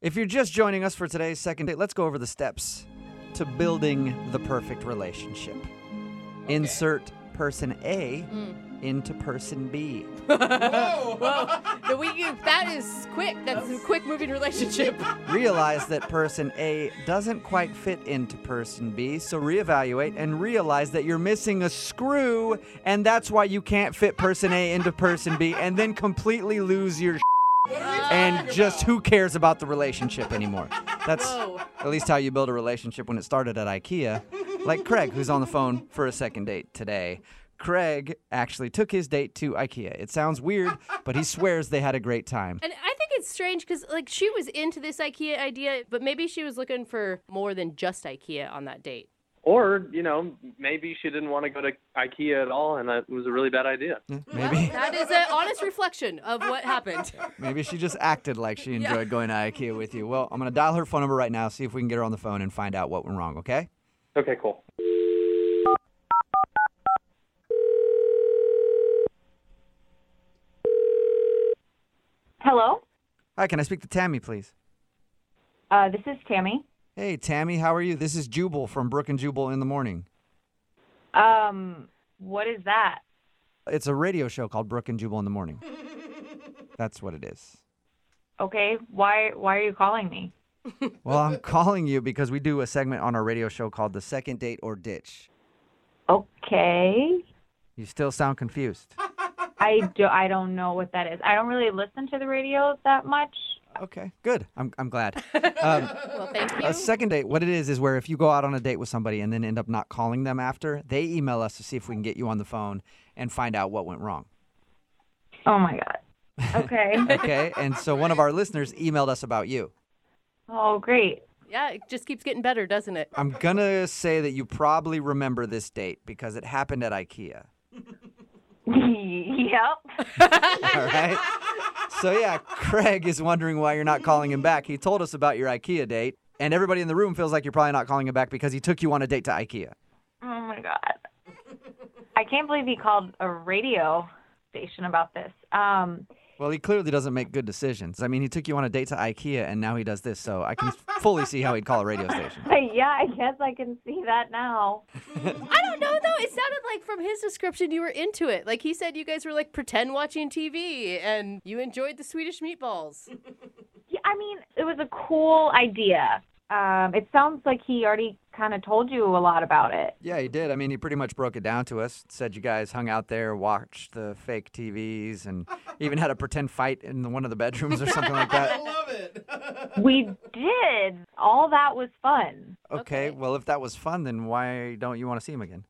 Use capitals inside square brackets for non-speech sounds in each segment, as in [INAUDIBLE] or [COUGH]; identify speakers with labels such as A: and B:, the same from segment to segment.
A: If you're just joining us for today's second date, let's go over the steps to building the perfect relationship. Insert person A into person B.
B: Whoa, the we, that is quick. That's a quick moving [LAUGHS] relationship.
A: Realize that person A doesn't quite fit into person B, so reevaluate and realize that you're missing a screw, and that's why you can't fit person A into person B, and then completely lose your and just who cares about the relationship anymore. That's
B: Whoa.
A: at least how you build a relationship when it started at IKEA. Like Craig, who's on the phone for a second date today. Craig actually took his date to IKEA. It sounds weird, but he swears they had a great time.
C: And I think it's strange because, like, she was into this IKEA idea, but maybe she was looking for more than just IKEA on that date.
D: Or, you know, maybe she didn't want to go to IKEA at all, and that was a really bad idea.
A: Maybe
B: That is an honest reflection of what happened.
A: Maybe she just acted like she enjoyed going to IKEA with you. Well, I'm going to dial her phone number right now, see if we can get her on the phone and find out what went wrong, okay?
D: Okay, cool.
E: Hello,
A: Hi, can I speak to Tammy, please?
E: uh, this is Tammy.
A: Hey, Tammy, how are you? This is Jubal from Brook and Jubal in the Morning.
E: Um, what is that?
A: It's a radio show called Brook and Jubal in the Morning. That's what it is.
E: Okay, why why are you calling me?
A: Well, I'm calling you because we do a segment on our radio show called The Second Date or Ditch.
E: Okay,
A: You still sound confused.
E: I do I don't know what that is. I don't really listen to the radio that much.
A: Okay, good. I'm, I'm glad.
B: Well, thank you.
A: A second date, what it is, is where if you go out on a date with somebody and then end up not calling them after, they email us to see if we can get you on the phone and find out what went wrong.
E: Oh my god. Okay.
A: [LAUGHS] Okay. And so one of our listeners emailed us about you.
E: oh great. [LAUGHS]
B: Yeah, it just keeps getting better, doesn't it?
A: I'm going to say that you probably remember this date because it happened at IKEA.
E: yep.
A: All right. So, yeah, Craig is wondering why you're not calling him back. He told us about your IKEA date, and everybody in the room feels like you're probably not calling him back because he took you on a date to IKEA.
E: Oh my god. I can't believe he called a radio station about this. Um, [LAUGHS]
A: Well, he clearly doesn't make good decisions. I mean, he took you on a date to IKEA, and now he does this, so
F: [LAUGHS]
A: I can fully see how he'd call a radio station.
E: yeah, I guess I can see that now.
B: I don't know though. It sounded like from his description you were into it. Like he said, you guys were like pretend watching TV and you enjoyed the Swedish meatballs.
E: Yeah, I mean, it was a cool idea. Um, it sounds like he already kind of told you a lot about it.
A: Yeah, he did. I mean, he pretty much broke it down to us. Said you guys hung out there, watched the fake TVs,
F: [LAUGHS]
A: and even had a pretend fight in the- one of the bedrooms or something like
F: [LAUGHS]
A: that.
E: We did. All that was fun.
A: Okay, well, if that was fun, then why don't you want to see him again?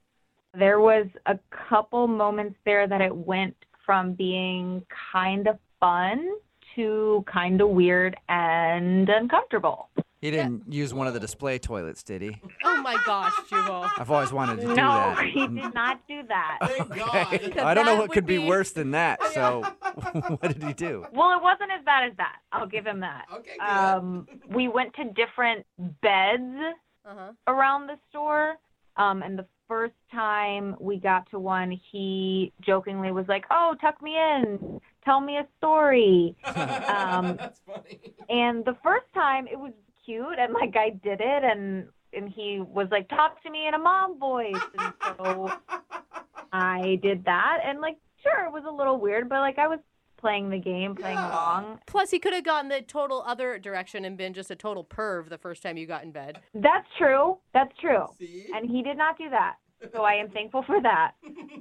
E: There was a couple moments there that it went from being kind of fun to kind of weird and uncomfortable.
A: He didn't use one of the display toilets, did he?
B: Oh my gosh, Jubal.
A: I've always wanted to do
E: No,
A: that.
E: [LAUGHS] he did not do that.
A: Okay. I don't know
B: That
A: what could
B: would
A: be
B: be-
A: worse than that.
F: [LAUGHS]
A: So, [LAUGHS] what did he do?
E: Well, it wasn't as bad as that. I'll give him that. Okay, good. Um, we went to different beds
B: Uh-huh.
E: around the store. Um, and the first time we got to one, he jokingly was like, "Oh, tuck me in, tell me a [LAUGHS] story." um, That's funny. And the first time, it was cute, and like I did it, and and he was like, "Talk to me in a mom voice," and so I did that, and like, sure, it was a little weird, but like I was playing the game, playing along.
B: Plus, he could have gone the total other direction and been just a total perv the first time you got in bed.
E: That's true. That's true. And he did not do that. So I am thankful for that.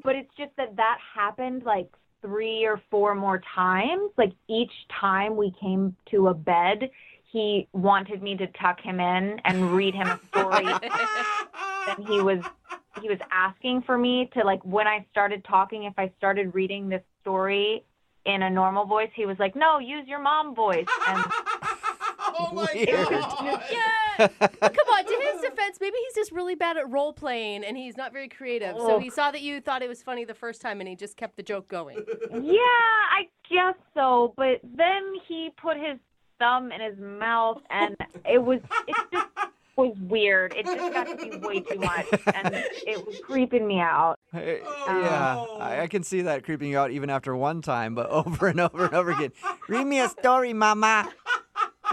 E: But it's just that that happened like three or four more times. Like each time we came to a bed, he wanted me to tuck him in and read him a story. and he was he was asking for me to like when I started talking if I started reading this story in a normal voice, he was like, "No, use your mom voice." And
F: Oh my
A: weird.
F: god!
C: Yeah. But come on, to his defense, maybe he's just really bad at role playing and he's not very creative. So
F: Oh.
C: he saw that you thought it was funny the first time and he just kept the joke going.
E: Yeah, I guess so. But then he put his thumb in his mouth, and it was it just was weird. It just got to be way too much, and it was creeping me out.
A: Hey,
F: Oh,
A: yeah,
F: no.
A: I, I can see that creeping you out even after one time, but [LAUGHS] over and over and over again. Read me a story, mama.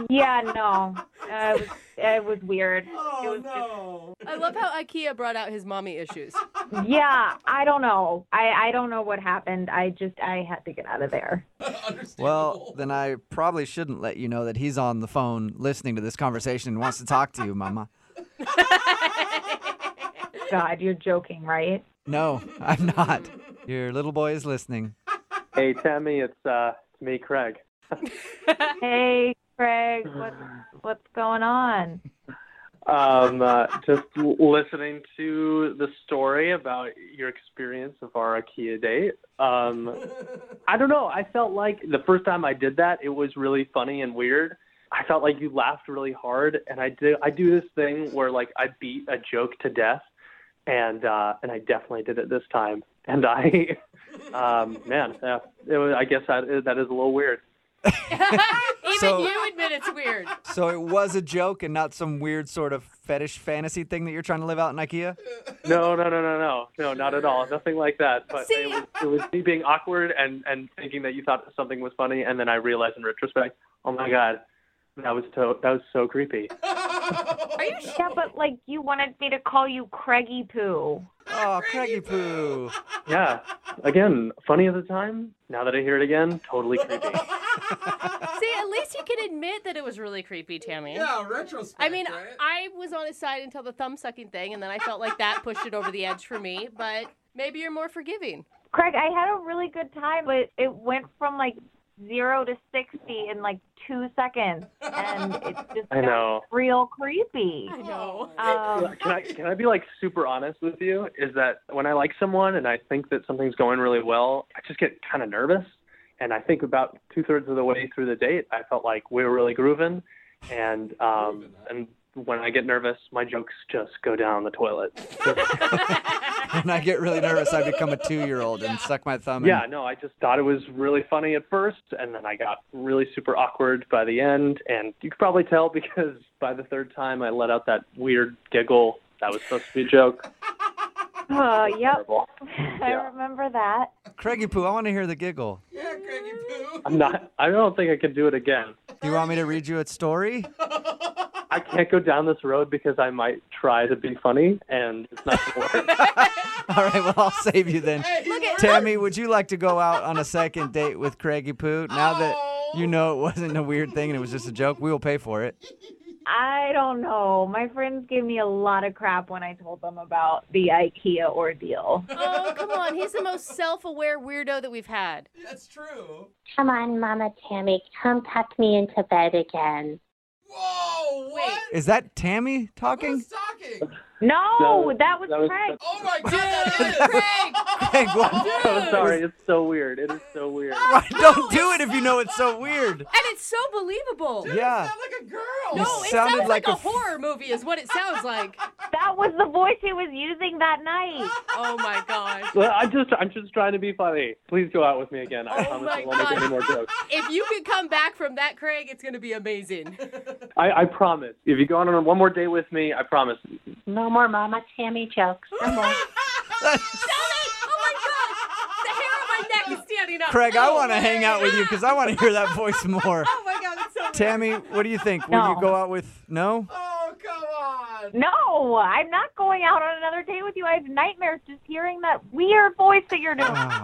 E: Yeah, no, uh, it was it was weird. It
F: Oh
E: was
F: no!
C: I love how IKEA brought out his mommy
F: [LAUGHS]
C: issues. [LAUGHS]
E: just, yeah, I don't know. I I don't know what happened. I just I had to get out of there.
F: Understandable. [LAUGHS]
A: Well, then I probably shouldn't let you know that he's on the phone listening to this conversation and wants to talk to you, mama.
E: God, you're joking, right?
A: No, I'm not. Your little boy is listening.
D: Hey, Tammy, it's uh, it's me, Craig.
E: Hey, Craig, what's what's going on?
D: Um, uh, just l- listening to the story about your experience of our IKEA date. Um, I don't know. I felt like the first time I did that, it was really funny and weird. I felt like you laughed really hard, and I do. I do this thing where like I beat a joke to death, and uh, and I definitely did it this time. And I, [LAUGHS] um, man, yeah, it was, I guess that is, that is a little weird.
C: Even
A: So-
C: you admit it's weird.
A: So it was a joke and not some weird sort of fetish fantasy thing that you're trying to live out in
F: [LAUGHS]
A: IKEA?
D: No, no, no, no, no, no, not at all. Nothing like that. But
C: See?
D: it was, it was me being awkward and and thinking that you thought something was funny, and then I realized in retrospect, oh my god, that was so that was so creepy.
F: [LAUGHS] Are you sure?
E: Yeah, but like you wanted me to call you Craigie Poo.
A: Oh, Craggy Poo.
D: Yeah. Again, funny at the time. Now that I hear it again, totally creepy.
C: See, at least you can admit that it was really creepy, Tammy.
F: Yeah, retrospect.
C: I mean,
F: right?
C: I was on his side until the thumb sucking thing, and then I felt like that pushed it over the edge for me, but maybe you're more forgiving.
E: Craig, I had a really good time, but it went from like zero to sixty in like two seconds, and it just
D: I know.
E: got real creepy.
C: know.
D: [LAUGHS]
E: Um,
D: Can I can I be like super honest with you? Is that when I like someone and I think that something's going really well, I just get kind of nervous. And I think about two thirds of the way through the date, I felt like we were really grooving, and um, and when I get nervous, my jokes just go down the toilet.
A: When I get really nervous, I become a two year old
F: [LAUGHS]
A: and suck my thumb.
D: [LAUGHS] Yeah, no, I just thought it was really funny at first, and then I got really super awkward by the end. And you could probably tell because by the third time, I let out that weird giggle that was supposed to be a joke.
E: uh, yep,
D: Terrible.
E: I remember that.
A: And Craggy Poo, I want to hear the giggle.
F: yeah, Craigie Poo.
D: I'm not. I don't think I can do it again.
A: Do you want me to read you a story?
D: I can't go down this road because I might try to be funny, and it's not gonna work.
C: [LAUGHS]
A: All right, well, I'll save you then.
F: [LAUGHS]
A: Tammy, would you like to go out on a second date with Craigie Poo? Now that you know it wasn't a weird thing and it was just a joke, we will pay for it.
E: I don't know. My friends gave me a lot of crap when I told them about the IKEA ordeal.
C: Oh, come on. He's the most self aware weirdo that we've had.
F: That's true.
G: Come on, Mama Tammy, come tuck me into bed again.
F: Whoa! What?
A: Is that Tammy talking?
F: Who's
A: [LAUGHS]
F: talking?
E: No,
D: No,
E: that was
D: that was-
E: Craig.
F: Oh my god! that
A: Hey, what?
D: I'm sorry. It's so weird. It is so weird.
A: Don't do it if you know it's so weird.
C: And it's so believable.
F: is-
A: Yeah.
F: You sound like a girl.
A: No,
C: Oh, it
A: Sounded
C: sounds
A: like
C: like,
A: a
C: a,
A: f-
C: horror movie, is what it
A: [LAUGHS]
C: sounds like.
E: That was the voice he was using that night.
C: Oh my gosh.
D: Well, I just, I'm just trying to be funny. Please go out with me again. I
C: Oh
D: promise
C: my
D: I won't make
C: God.
D: any more jokes.
C: If you can come back from that, Craig, it's going to be
A: [LAUGHS]
C: amazing.
D: I, I promise. If you go on one more date with me, I promise.
G: No more Mama Tammy jokes. No more.
C: Oh The hair on my neck is standing up.
A: Craig, I want to hang out with you because I want to hear that voice [LAUGHS] more.
C: Oh my God, it's so weird.
A: Tammy, what do you think? Will you
E: No.
A: go out with no? [LAUGHS]
F: Oh come on!
E: No, I'm not going out on another date with you. I have nightmares just hearing that weird voice that you're doing.
A: Oh man.
C: [LAUGHS]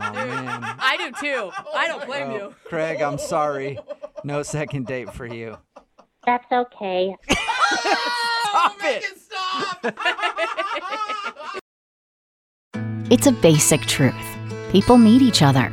C: I do [LAUGHS] too. I don't blame
A: Well,
C: you.
A: Craig, I'm [LAUGHS] sorry. No second date for you.
G: That's okay.
F: Stop
A: it.
F: Make it stop!
H: It's a basic truth. People need each other.